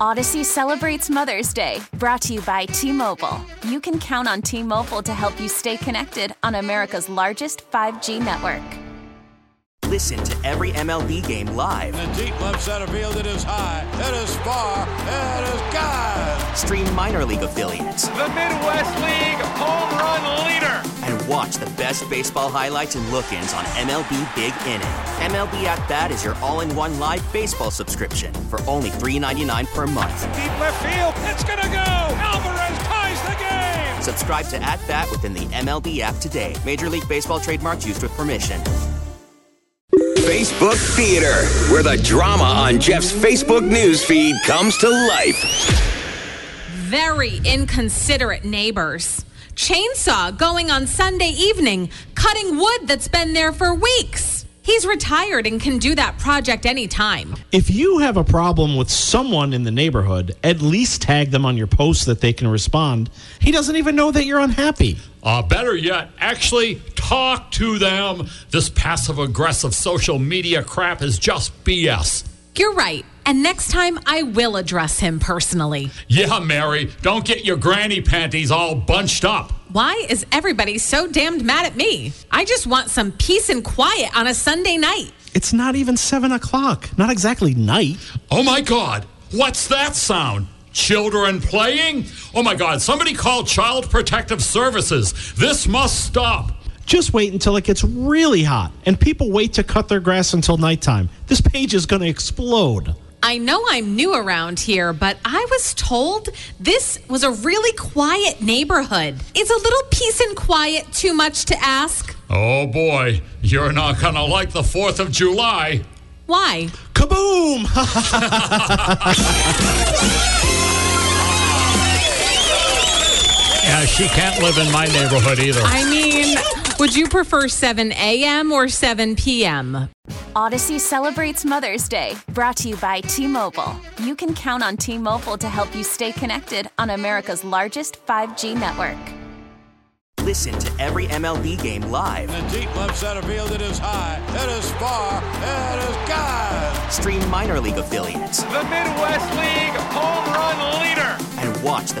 Odyssey celebrates Mother's Day, brought to you by T Mobile. You can count on T Mobile to help you stay connected on America's largest 5G network. Listen to every MLB game live. In the deep left center field, it is high, it is far, it is gone. Stream minor league affiliates The Midwest League home run leader. and watch the best baseball highlights and look ins on MLB Big Inning. MLB At Bat is your all in one live baseball subscription for only $3.99 per month. Deep left field. It's going to go. Alvarez ties the game. Subscribe to At Bat within the MLB app today. Major League Baseball trademarks used with permission. Facebook Theater, where the drama on Jeff's Facebook news feed comes to life. very inconsiderate neighbors. Chainsaw going on Sunday evening, cutting wood that's been there for weeks. He's retired and can do that project anytime. If you have a problem with someone in the neighborhood, at least tag them on your post that they can respond. He doesn't even know that you're unhappy. Uh, better yet, actually talk to them. This passive aggressive social media crap is just BS. You're right. And next time I will address him personally. Yeah, Mary, don't get your granny panties all bunched up. Why is everybody so damned mad at me? I just want some peace and quiet on a Sunday night. It's not even seven o'clock. Not exactly night. Oh my God, what's that sound? Children playing? Oh my God, somebody called Child Protective Services. This must stop. Just wait until it gets really hot and people wait to cut their grass until nighttime. This page is going to explode. I know I'm new around here, but I was told this was a really quiet neighborhood. Is a little peace and quiet too much to ask? Oh boy, you're not gonna like the 4th of July. Why? Kaboom! Yeah, she can't live in my neighborhood either. I mean, would you prefer 7 a.m. or 7 p.m.? Odyssey celebrates Mother's Day, brought to you by T Mobile. You can count on T Mobile to help you stay connected on America's largest 5G network. Listen to every MLB game live. In the deep left center field, it is high, it is far, it is gone. Stream minor league affiliates The Midwest League home run leader. and watch the